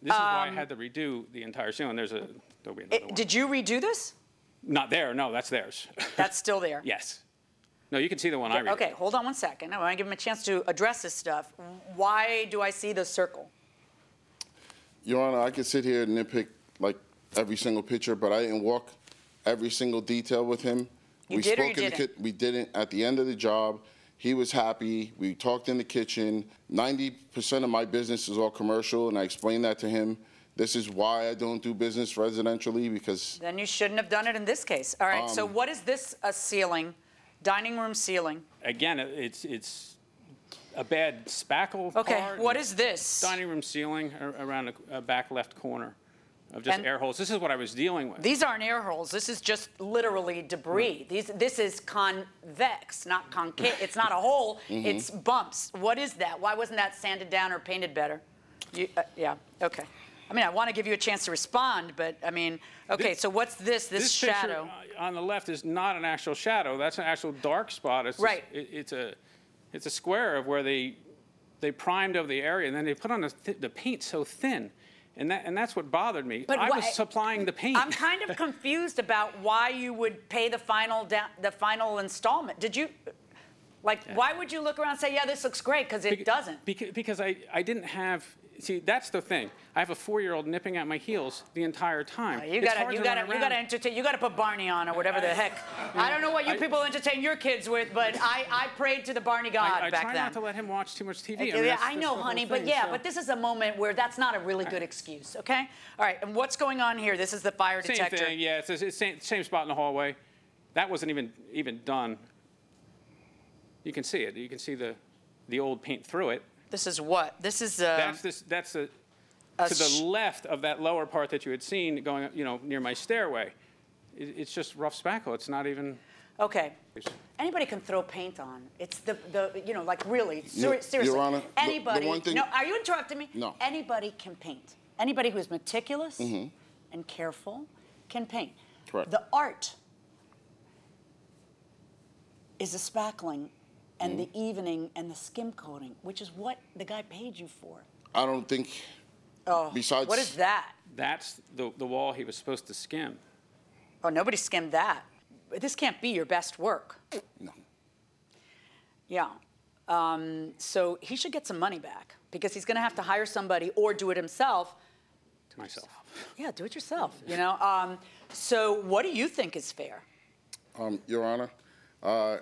Speaker 13: this is why I
Speaker 2: Um,
Speaker 13: had to redo the entire ceiling. There's a there'll be another
Speaker 2: It-
Speaker 13: one.
Speaker 2: did you redo this?
Speaker 13: Not there. No, that's theirs.
Speaker 2: That's still there.
Speaker 13: yes. No, you can see the one I read.
Speaker 2: Okay, hold on one second. I want to give him a chance to address this stuff. Why do I see the circle?
Speaker 14: Your Honor, I could sit here and nitpick like every single picture, but I didn't walk every single detail with him.
Speaker 2: You did or you
Speaker 14: in the
Speaker 2: didn't?
Speaker 14: kit- we didn't. At the end of the job, he was happy. We talked in the kitchen. 90% of my business is all commercial, and I explained that to him. This is why I don't do business residentially because
Speaker 2: Then you shouldn't have done it in this case. All right, so
Speaker 13: Um,
Speaker 2: what is this a ceiling? Dining room ceiling.
Speaker 13: Again, it- it's it's a bad spackle.
Speaker 2: Okay,
Speaker 13: part
Speaker 2: what
Speaker 13: and
Speaker 2: is this?
Speaker 13: Dining room ceiling ar- around the uh, back left corner of just
Speaker 2: And-
Speaker 13: air holes. This is what I was dealing with.
Speaker 2: These aren't air holes. This is just literally
Speaker 13: Mm.
Speaker 2: debris. These this is convex, not concave. It's not a hole.
Speaker 13: Mhm.
Speaker 2: It's bumps. What is that? Why wasn't that sanded down or painted better? You, uh, yeah. Okay. I mean, I want to give you a chance to respond, but I mean, okay. so what's this? This,
Speaker 13: picture,
Speaker 2: shadow.
Speaker 13: uh, on the left is not an actual shadow. That's an actual dark spot. It's just-
Speaker 2: Right.
Speaker 13: it- it's a it's a square of where they they primed over the area and then they put on the, th- the paint so thin, and that and that's what bothered me. I
Speaker 2: why-
Speaker 13: was supplying the paint.
Speaker 2: I'm kind of confused about why you would pay the final down, the final installment. Did you, like, why would you look around and say, yeah, this looks great, because it doesn't.
Speaker 13: because, because I, I didn't have see that's the thing i have a four-year-old nipping at my heels the entire time
Speaker 2: You
Speaker 13: It's
Speaker 2: gotta,
Speaker 13: hard
Speaker 2: you
Speaker 13: to
Speaker 2: gotta,
Speaker 13: run
Speaker 2: you
Speaker 13: around.
Speaker 2: gotta entertain. You gotta put Barney on or whatever the
Speaker 13: I-
Speaker 2: heck.
Speaker 13: you
Speaker 2: I don't know what you
Speaker 13: I-
Speaker 2: people entertain your kids with, but I, I prayed to the Barney God
Speaker 13: I, I
Speaker 2: back
Speaker 13: try
Speaker 2: then.
Speaker 13: not to let him watch too much tv I mean,
Speaker 2: yeah,
Speaker 13: that's-
Speaker 2: I know,
Speaker 13: that's the whole
Speaker 2: honey, but
Speaker 13: thing,
Speaker 2: yeah,
Speaker 13: so-
Speaker 2: but this is a moment where that's not a really good excuse, okay? All right, and what's going on here? This is the fire
Speaker 13: same
Speaker 2: detector.
Speaker 13: thing yeah it's the same, same spot in the hallway that wasn't even even done you can see it you can see the the old paint through it
Speaker 2: This is what? This is uh,
Speaker 13: that's this that's a,
Speaker 2: a
Speaker 13: to the
Speaker 2: sh-
Speaker 13: left of that lower part that you had seen going up, you know near my stairway it, it's just rough spackle it's not even
Speaker 2: Okay. Anybody can throw paint on. It's the, the you know, like really, ser-
Speaker 14: Your- Your
Speaker 2: seriously.
Speaker 14: Honor, the- the
Speaker 2: anybody.
Speaker 14: one thing-
Speaker 2: no, are you interrupting me?
Speaker 14: No.
Speaker 2: Anybody can paint. Anybody who's meticulous
Speaker 14: Mhm.
Speaker 2: and careful can paint.
Speaker 14: Correct.
Speaker 2: The art is the spackling and the
Speaker 14: Mm.
Speaker 2: evening and the skim coating, which is what the guy paid you for.
Speaker 14: I don't think.
Speaker 2: Oh,
Speaker 14: Besides-
Speaker 2: what is that?
Speaker 13: That's the, the wall he was supposed to skim.
Speaker 2: Oh, nobody skimmed that. This can't be your best work.
Speaker 14: No.
Speaker 2: Yeah. Um, so he should get some money back because he's going to have to hire somebody or do it himself.
Speaker 13: To myself.
Speaker 2: Yeah, do it yourself. You know. Um, so what do you think is fair?
Speaker 14: Um, Your Honor, uh,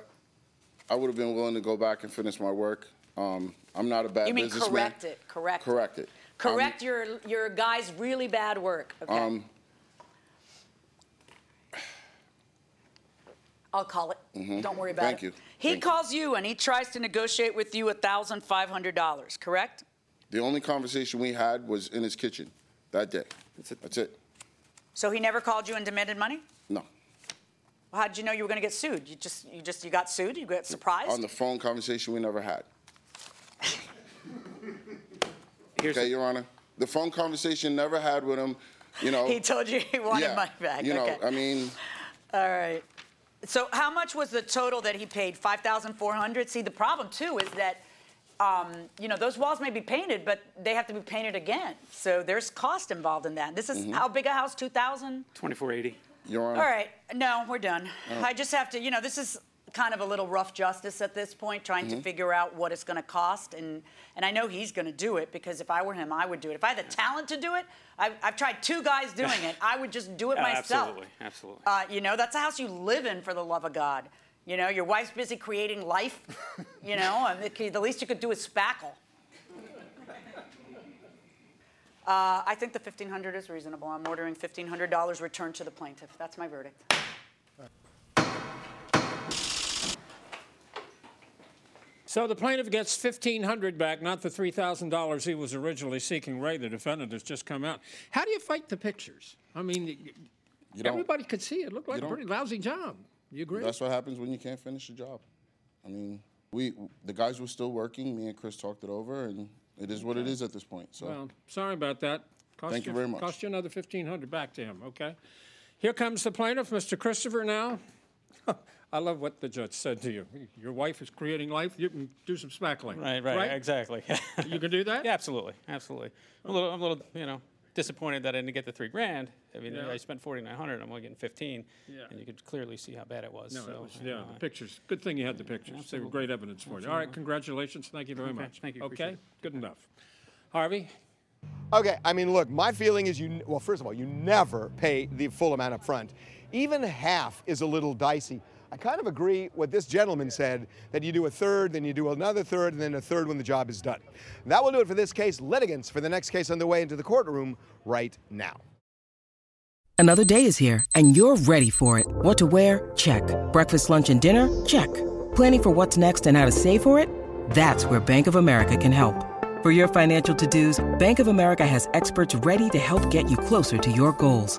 Speaker 14: I would have been willing to go back and finish my work. Um, I'm not a bad
Speaker 2: you mean
Speaker 14: businessman.
Speaker 2: correct it? Correct.
Speaker 14: Correct it. Um,
Speaker 2: Correct your your guy's really bad work. Okay.
Speaker 14: Um,
Speaker 2: I'll call it.
Speaker 14: Mhm.
Speaker 2: Don't worry about
Speaker 14: Thank
Speaker 2: it.
Speaker 14: you.
Speaker 2: He
Speaker 14: Thank you.
Speaker 2: calls you and he tries to negotiate with you thousand five hundred dollars. Correct.
Speaker 14: the only conversation we had was in his kitchen that day. That's it.
Speaker 2: So he never called you and demanded money.
Speaker 14: No.
Speaker 2: Well, how did you know you were going to get sued? You just you just you got sued. You got surprised.
Speaker 14: On the phone conversation we never had. okay, Your Honor. The phone conversation never had with him, you know.
Speaker 2: He told you he wanted
Speaker 14: Yeah,
Speaker 2: money back.
Speaker 14: You know,
Speaker 2: okay.
Speaker 14: I mean,
Speaker 2: All right. So how much was the total that he paid? Five thousand four hundred. See, the problem too is that, um, you know, those walls may be painted, but they have to be painted again. So there's cost involved in that. This
Speaker 14: Mm-hmm.
Speaker 2: is
Speaker 13: Mhm.
Speaker 2: how big a house? Two thousand.
Speaker 13: 2480.
Speaker 2: All
Speaker 14: Your
Speaker 2: right. No, we're done.
Speaker 13: Oh.
Speaker 2: I just have to, you know, this is kind of a little rough justice at this point, trying to
Speaker 13: Mhm.
Speaker 2: figure out what it's going to cost, and and I know he's going to do it because if I were him, I would do it. If I had the talent to do it, I've, I've tried two guys doing it. I would just do it myself.
Speaker 13: Absolutely, absolutely.
Speaker 2: Uh, you know, that's a house you live in for the love of God. You know, your wife's busy creating life. you know, and the, the least you could do is spackle. Uh, I think the 1500 is reasonable. I'm ordering $1,500 returned to the plaintiff. That's my verdict.
Speaker 9: So the plaintiff gets $1,500 back, not the $3,000 he was originally seeking. Ray, the defendant, has just come out. How do you fight the pictures? I mean,
Speaker 14: You don't-
Speaker 9: everybody could see it. Looked like
Speaker 14: you
Speaker 9: a
Speaker 14: don't-
Speaker 9: pretty lousy job. You agree?
Speaker 14: That's what happens when you can't finish the job. I mean, we the guys were still working. Me and Chris talked it over, and it is what it is at this point. So
Speaker 9: Well, sorry about that. Cost
Speaker 14: Thank you very much.
Speaker 9: Cost you another fifteen hundred back to him. Okay. Here comes the plaintiff, Mr. Christopher. Now, I love what the judge said to you. Your wife is creating life. You can do some smackling.
Speaker 13: Right, right, exactly.
Speaker 9: you can do that.
Speaker 13: Yeah, absolutely, absolutely. I'm a little, I'm a little, you know, disappointed that I didn't get the three grand. I mean,
Speaker 9: Yeah.
Speaker 13: I spent 4,900. I'm only getting 15,
Speaker 9: Yeah.
Speaker 13: and you could clearly see how bad it was.
Speaker 9: No, that
Speaker 13: so, uh,
Speaker 9: was,
Speaker 13: you
Speaker 9: yeah,
Speaker 13: know,
Speaker 9: the pictures. Good thing you had the pictures. They were
Speaker 13: Absolutely.
Speaker 9: great evidence for you. All right,
Speaker 13: Absolutely.
Speaker 9: congratulations. Thank you very
Speaker 13: Okay,
Speaker 9: much.
Speaker 13: thank you, appreciate
Speaker 9: Okay,
Speaker 13: it.
Speaker 9: good enough. Harvey,
Speaker 6: Okay, I mean, look, my feeling is you, n- well, first of all, you never pay the full amount up front. Even half is a little dicey. I kind of agree what this gentleman said that you do a third, then you do another third, and then a third when the job is done. That will do it for this case. Litigants for the next case on the way into the courtroom right now.
Speaker 18: Another day is here, and you're ready for it. What to wear? Check. Breakfast, lunch, and dinner? Check. Planning for what's next and how to save for it? That's where Bank of America can help. For your financial to dos, Bank of America has experts ready to help get you closer to your goals.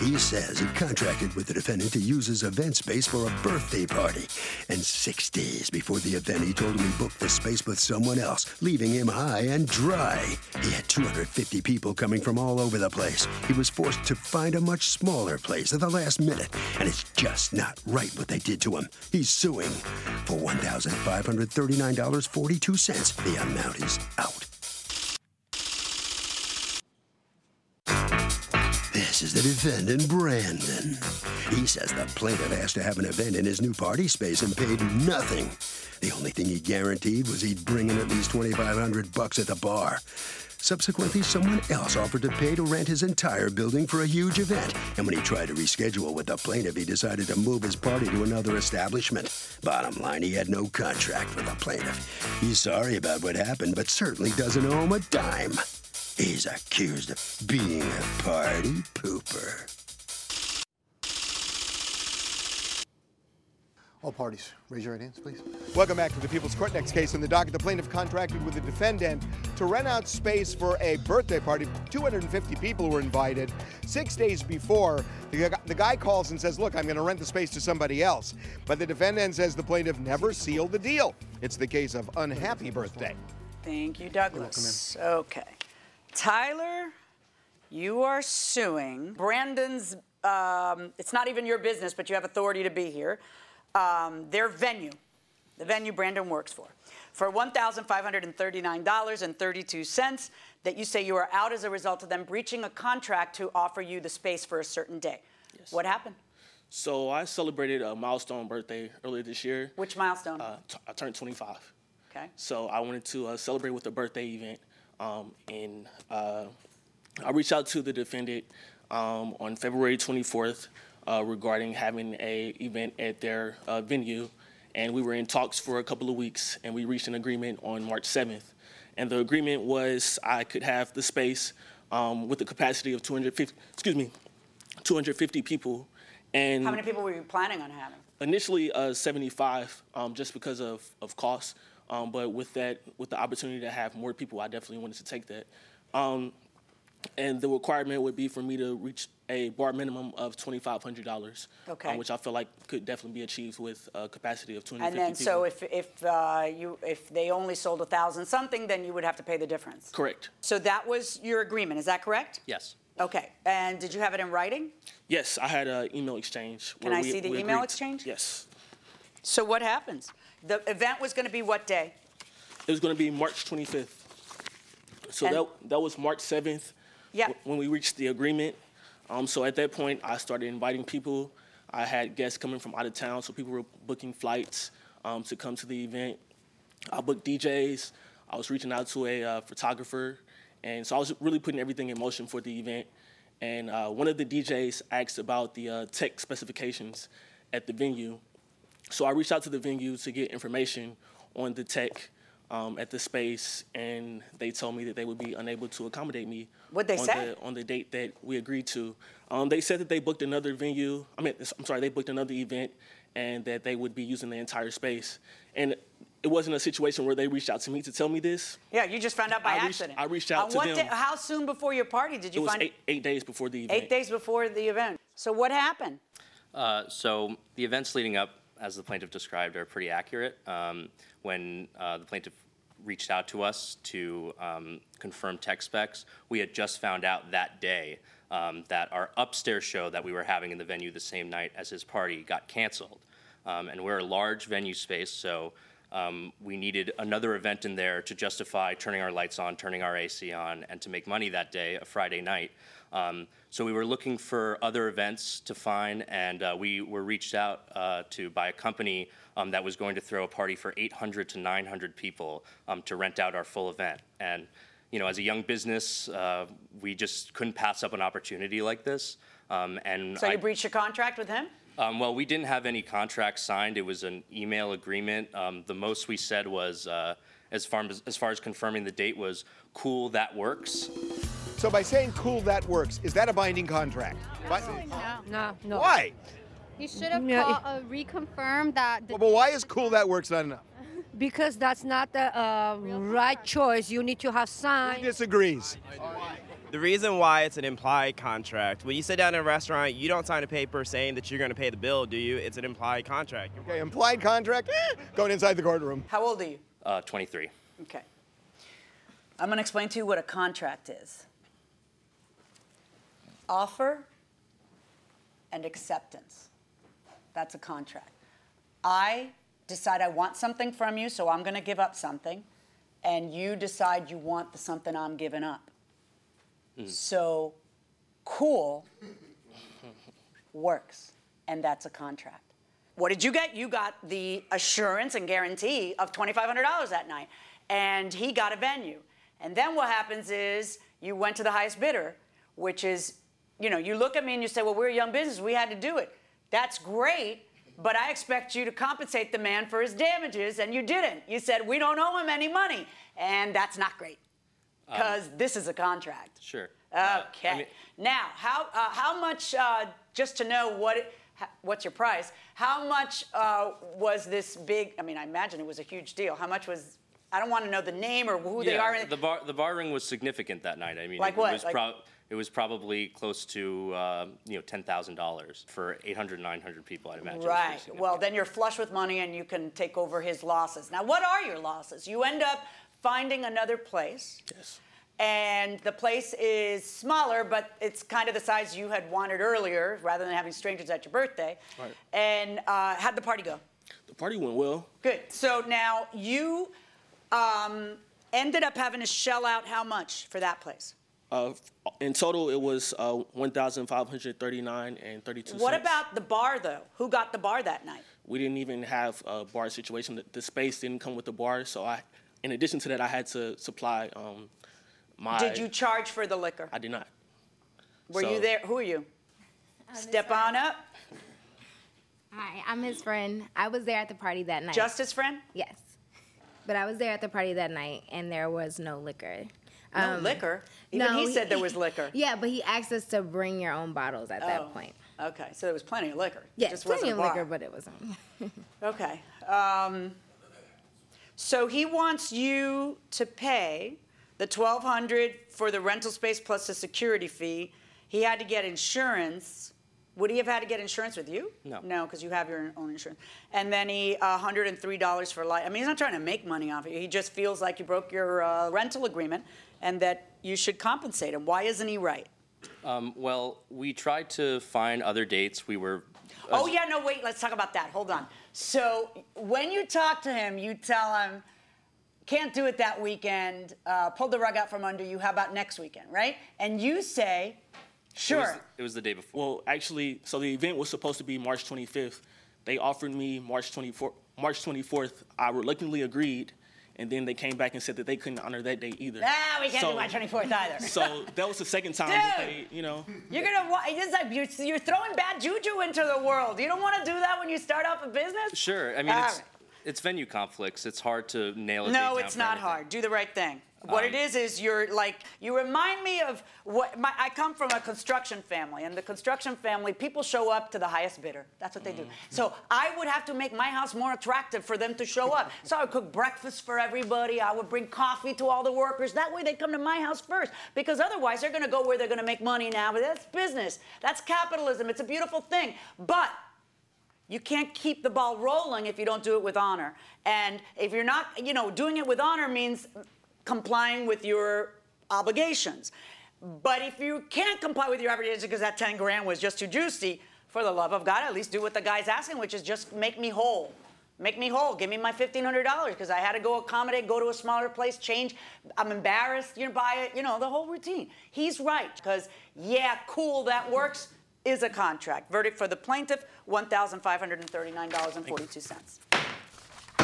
Speaker 3: He says he contracted with the defendant to use his event space for a birthday party. And six days before the event, he told him he booked the space with someone else, leaving him high and dry. He had 250 people coming from all over the place. He was forced to find a much smaller place at the last minute, and it's just not right what they did to him. He's suing for $1,539.42. The amount is out. This is the defendant, Brandon. He says the plaintiff asked to have an event in his new party space and paid nothing. The only thing he guaranteed was he'd bring in at least 2500 bucks at the bar. Subsequently, someone else offered to pay to rent his entire building for a huge event, and when he tried to reschedule with the plaintiff, he decided to move his party to another establishment. Bottom line, he had no contract with the plaintiff. He's sorry about what happened, but certainly doesn't owe him a dime. He's accused of being a party pooper.
Speaker 19: All parties, raise your right hands, please.
Speaker 6: Welcome back to the People's Court. Next case in the docket, the plaintiff contracted with the defendant to rent out space for a birthday party. 250 people were invited. Six days before, the, gu- the guy calls and says, look, I'm going to rent the space to somebody else. But the defendant says the plaintiff never sealed the deal. It's the case of unhappy birthday.
Speaker 2: Thank you, Douglas. Okay. Tyler, you are suing Brandon's, um, it's not even your business, but you have authority to be here, um, their venue, the venue Brandon works for, for $1,539.32 that you say you are out as a result of them breaching a contract to offer you the space for a certain day. What happened?
Speaker 20: So I celebrated a milestone birthday earlier this year.
Speaker 2: Which milestone?
Speaker 20: Uh, t- I turned 25.
Speaker 2: Okay.
Speaker 20: So I wanted to uh, celebrate with a birthday event, um, and uh, I reached out to the defendant um, on February 24th uh, regarding having a event at their uh, venue, and we were in talks for a couple of weeks, and we reached an agreement on March 7th, and the agreement was I could have the space um, with a capacity of 250. Excuse me, 250 people. And
Speaker 2: How many people were you planning on having?
Speaker 20: initially uh, 75 um, just because of, of cost um, but with that with the opportunity to have more people i definitely wanted to take that um, and the requirement would be for me to reach a bar minimum of $2500
Speaker 2: Okay.
Speaker 20: um, which i feel like could definitely be achieved with a capacity of 250
Speaker 2: And then,
Speaker 20: people.
Speaker 2: so if, if uh, you, if they only sold a thousand something, then you would have to pay the difference.
Speaker 20: correct
Speaker 2: So that was your agreement, is that correct?
Speaker 20: yes
Speaker 2: Okay, and did you have it in writing?
Speaker 20: yes i had an email exchange
Speaker 2: Can
Speaker 20: where
Speaker 2: I
Speaker 20: we-
Speaker 2: see the
Speaker 20: we
Speaker 2: email
Speaker 20: agreed-
Speaker 2: exchange?
Speaker 20: yes
Speaker 2: So what happens? The event was gonna be what day?
Speaker 20: it was going to be march 25th so
Speaker 2: And-
Speaker 20: that, that was march 7th
Speaker 2: Yeah.
Speaker 20: wh- when we reached the agreement. Um, so at that point, I started inviting people. I had guests coming from out of town, so people were booking flights um, to come to the event. I booked DJs. I was reaching out to a uh, photographer, and so I was really putting everything in motion for the event. And uh, one of the DJs asked about the uh, tech specifications at the venue, so I reached out to the venue to get information on the tech um, at the space, and they told me that they would be unable to accommodate me.
Speaker 2: What they
Speaker 20: on
Speaker 2: say?
Speaker 20: the, on the date that we agreed to. Um, they said that they booked another venue. I mean, I'm sorry, they booked another event, and that they would be using the entire space. And it wasn't a situation where they reached out to me to tell me this.
Speaker 2: Yeah, you just found out by
Speaker 20: I reached-
Speaker 2: accident.
Speaker 20: I reached out
Speaker 2: On
Speaker 20: to
Speaker 2: what
Speaker 20: them.
Speaker 2: Day, how soon before your party did you
Speaker 20: it was
Speaker 2: find
Speaker 20: eight, eight days before the event.
Speaker 2: Eight days before the event. So what happened?
Speaker 21: Uh, so the events leading up, as the plaintiff described, are pretty accurate. Um, when uh, the plaintiff reached out to us to um, confirm tech specs, we had just found out that day um, that our upstairs show that we were having in the venue the same night as his party got canceled. Um, and we're a large venue space, so um, we needed another event in there to justify turning our lights on, turning our AC on, and to make money that day, a Friday night. Um, so we were looking for other events to find, and uh, we were reached out uh, to by a company um, that was going to throw a party for 800 to 900 people um, to rent out our full event. And you know, as a young business, uh, we just couldn't pass up an opportunity like this. Um, and
Speaker 2: So
Speaker 21: I-
Speaker 2: you breached your contract with him?
Speaker 21: um, well, we didn't have any contract signed. It was an email agreement. Um, the most we said was, uh, as far as, as far as confirming the date was, cool, that works.
Speaker 6: So by saying cool, that works. Is that a binding contract?
Speaker 21: Um,
Speaker 6: Bi-
Speaker 17: No, no.
Speaker 6: Why?
Speaker 17: He should have
Speaker 6: No,
Speaker 17: called, uh, reconfirmed that. The
Speaker 6: Well, but why is cool that works not enough?
Speaker 22: Because that's not the uh, right choice. You need to have
Speaker 6: He
Speaker 22: sign.
Speaker 6: disagrees.
Speaker 23: The reason why it's an implied contract, when you sit down in a restaurant, you don't sign a paper saying that you're going to pay the bill, do you? It's an implied contract.
Speaker 6: Okay, implied contract. eh, Going inside the courtroom.
Speaker 2: How old are you?
Speaker 21: Uh, 23.
Speaker 2: Okay. I'm going to explain to you what a contract is offer and acceptance. That's a contract. I decide I want something from you, so I'm going to give up something, and you decide you want the something I'm giving up. So cool works, and that's a contract. What did you get? You got the assurance and guarantee of $2,500 that night, and he got a venue. And then what happens is you went to the highest bidder, which is, you know, you look at me and you say, well, we're a young business, we had to do it. That's great, but I expect you to compensate the man for his damages, and you didn't. You said, we don't owe him any money, and that's not great,
Speaker 21: Um,
Speaker 2: because this is a contract.
Speaker 21: Sure.
Speaker 2: Okay. now, how uh, how much? Uh, just to know what it, ha- what's your price? How much uh, was this big? I mean, I imagine it was a huge deal. How much was? I don't want to know the name or who they
Speaker 21: Yeah,
Speaker 2: are.
Speaker 21: The bar, the bar ring was significant that night. I mean,
Speaker 2: Like
Speaker 21: it,
Speaker 2: what?
Speaker 21: was
Speaker 2: Like-
Speaker 21: it was probably close to uh, you know $10,000 for 800, 900 people. I'd imagine. It was pretty
Speaker 2: Right. Well, then you're flush with money and you can take over his losses. Now, what are your losses? You end up finding another place. Yes. And the place is smaller, but it's kind of the size you had wanted earlier, rather than having strangers at your birthday.
Speaker 20: Right.
Speaker 2: And uh, how'd the party go?
Speaker 20: The party went well.
Speaker 2: Good. So now you um, ended up having to shell out how much for that place?
Speaker 20: Uh, in total, it was uh, 1,539 and 32
Speaker 2: What
Speaker 20: cents.
Speaker 2: about the bar though? Who got the bar that night?
Speaker 20: we didn't even have a bar situation. The- The space didn't come with the bar, so I, in addition to that, I had to supply um, my.
Speaker 2: Did you charge for the liquor?
Speaker 20: I did not.
Speaker 2: Were
Speaker 20: So-
Speaker 2: you there? Who are you? Step on up.
Speaker 24: Hi, I'm his friend. I was there at the party that night.
Speaker 2: Just his friend?
Speaker 24: Yes. But I was there at the party that night and there was no liquor. Um,
Speaker 2: No liquor? Even he said there was liquor.
Speaker 24: Yeah, but he asked us to bring your own bottles at
Speaker 2: Oh,
Speaker 24: that point.
Speaker 2: Okay, so there was plenty of liquor.
Speaker 24: Yeah,
Speaker 2: it just wasn't
Speaker 24: plenty of
Speaker 2: a bar.
Speaker 24: liquor, but it wasn't.
Speaker 2: Okay. Um, so he wants you to pay the twelve hundred for the rental space plus the security fee. He had to get insurance. Would he have had to get insurance with you?
Speaker 21: No.
Speaker 2: No, because you have your own insurance. And then he hundred and three dollars for life. I mean, he's not trying to make money off of you. He just feels like you broke your uh, rental agreement and that you should compensate him. Why isn't he right?
Speaker 21: Um, well, we tried to find other dates. We were. uh,
Speaker 2: Oh yeah, no wait, let's talk about that. Hold on. So when you talk to him, you tell him, "Can't do it that weekend. Uh, pull the rug out from under you. How about next weekend, right?" And you say,
Speaker 20: It was,
Speaker 2: "Sure."
Speaker 21: it was the day before.
Speaker 20: Well, actually, so the event was supposed to be March 25th. They offered me March 24th. March 24th. I reluctantly agreed, and then they came back and said that they couldn't honor that day either.
Speaker 2: Ah, we can't do March 24th either.
Speaker 20: so that was the second time that they, you know.
Speaker 2: You're gonna. wa- It's like you're, you're throwing bad juju into the world. You don't want to do that when you start up a business.
Speaker 21: Sure. I mean,
Speaker 2: All
Speaker 21: it's,
Speaker 2: right.
Speaker 21: it's venue conflicts. It's hard to nail it.
Speaker 2: Uh, No, it's not hard. Do the right thing. What it
Speaker 21: Um,
Speaker 2: is is you're like you remind me of what my, I come from a construction family, and the construction family people show up to the highest bidder. That's what they do. So I would have to make my house more attractive for them to show up. so I would cook breakfast for everybody. I would bring coffee to all the workers. That way they come to my house first, because otherwise they're going to go where they're going to make money now. But that's business. That's capitalism. It's a beautiful thing, but. You can't keep the ball rolling if you don't do it with honor. And if you're not, you know, doing it with honor means complying with your obligations. But if you can't comply with your obligations because that 10 grand was just too juicy, for the love of God, at least do what the guy's asking, which is just make me whole. Make me whole. Give me my $1,500 because I had to go accommodate, go to a smaller place, change. I'm embarrassed, you know, by it, you know, the whole routine. He's right because, yeah, cool, that works is a contract. Verdict for the plaintiff, $1,539.42.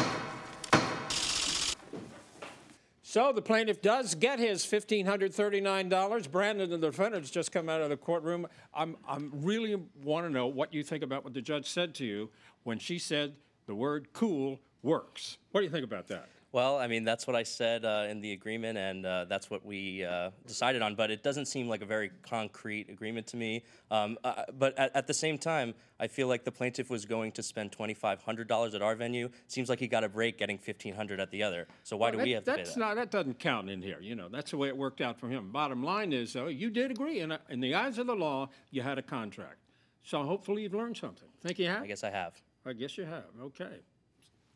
Speaker 9: So the plaintiff does get his $1,539. Brandon and the defendants just come out of the courtroom. I'm, I'm really want to know what you think about what the judge said to you when she said the word cool works. What do you think about that?
Speaker 21: Well, I mean, that's what I said uh, in the agreement, and uh, that's what we uh, decided on. But it doesn't seem like a very concrete agreement to me. Um, uh, but at, at the same time, I feel like the plaintiff was going to spend $2,500 at our venue. Seems like he got a break getting 1500 at the other. So why do
Speaker 9: That-
Speaker 21: we have to pay
Speaker 9: that's
Speaker 21: that?
Speaker 9: not that doesn't count in here. You know, that's the way it worked out for him. Bottom line is, though, you did agree, and uh, in the eyes of the law, you had a contract. So hopefully you've learned something. Think you have?
Speaker 21: I guess I have.
Speaker 9: I guess you have. Okay.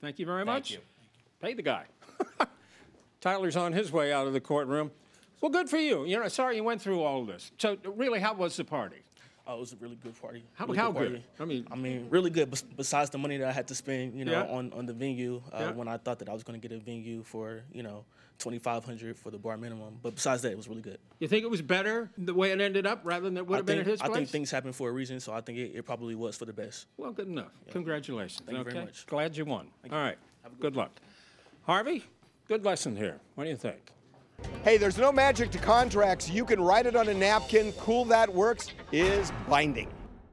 Speaker 9: Thank you very
Speaker 21: Thank
Speaker 9: much.
Speaker 21: you.
Speaker 9: Pay the guy. Tyler's on his way out of the courtroom. Well, good for you. You know, sorry you went through all of this. So, really, how was the party?
Speaker 20: Oh, it was a really good party.
Speaker 9: How-
Speaker 20: really
Speaker 9: how good?
Speaker 20: party.
Speaker 9: I mean-
Speaker 20: I mean, really good. bes- Besides the money that I had to spend, you know,
Speaker 9: Yeah.
Speaker 20: on, on the venue, uh,
Speaker 9: Yeah.
Speaker 20: when I thought that I was going to get a venue for, you know, twenty five hundred for the bar minimum. But besides that, it was really good.
Speaker 9: You think it was better the way it ended up rather than it would
Speaker 20: I
Speaker 9: have been
Speaker 20: think,
Speaker 9: at his
Speaker 20: I
Speaker 9: place?
Speaker 20: think things happen for a reason, so I think it, it probably was for the best.
Speaker 9: Well, good enough. Congratulations.
Speaker 20: Thank you very
Speaker 9: okay?
Speaker 20: much.
Speaker 9: Glad you won. All right. good luck. Harvey, good lesson here. What do you think?
Speaker 6: Hey, there's no magic to contracts. You can write it on a napkin. Cool that works is binding.